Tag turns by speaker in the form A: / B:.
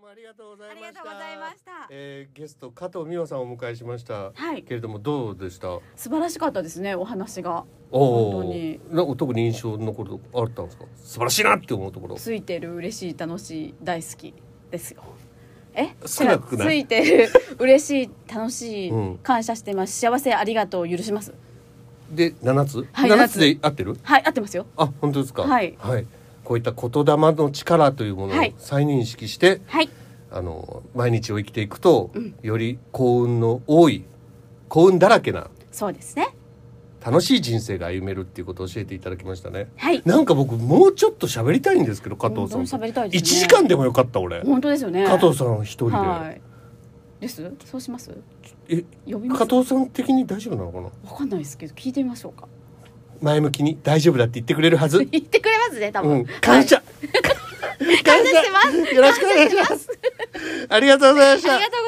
A: もありがとうござ
B: あ
A: い
B: り
A: ま
B: が
A: し
B: と
A: た
B: うございました。
A: えーゲスト加藤美穂さんをお迎えしました、
C: はい
A: けれどもどうでしたお
C: 素晴らしかったですねお話が
A: お
C: 本当に
A: ーなんか特に印象に残るとこあったんですか素晴らしいなって思うところ
C: ついてる嬉しい楽しい大好きですよえ
A: 少なくない
C: ついてる嬉しい楽しい、
A: うん
C: 感謝してます幸せありがとう許します
A: で7つ、
C: はい
A: 7つ
C: 七
A: で合ってる
C: はい合ってますよ
A: あ本当ですか
C: はい
A: こういった言霊の力というものを
C: はい
A: 再認識して、
C: はい
A: あの毎日を生きていくと、より幸運の多い幸運だらけな
C: そうですね
A: 楽しい人生が歩めるっていうことを教えていただきましたね
C: はい
A: なんか僕もうちょっと喋りたいんですけど加藤さん
C: 本当に喋りたい
A: 1
C: ですね
A: 時間でもよかった俺
C: 本当ですよね
A: 加藤さん一人で、
C: はいですそうします
A: え
C: 呼びます
A: 加藤さん的に大丈夫なのかな
C: わかんないですけど聞いてみましょうか
A: 前向きに大丈夫だって言ってくれるはず
C: 言ってくれますね多
A: う
C: 分、
A: ん、感謝、
C: はい感謝してます
A: よろしくお願いしますありがとうございまし
C: あ
A: た
C: りがとうございます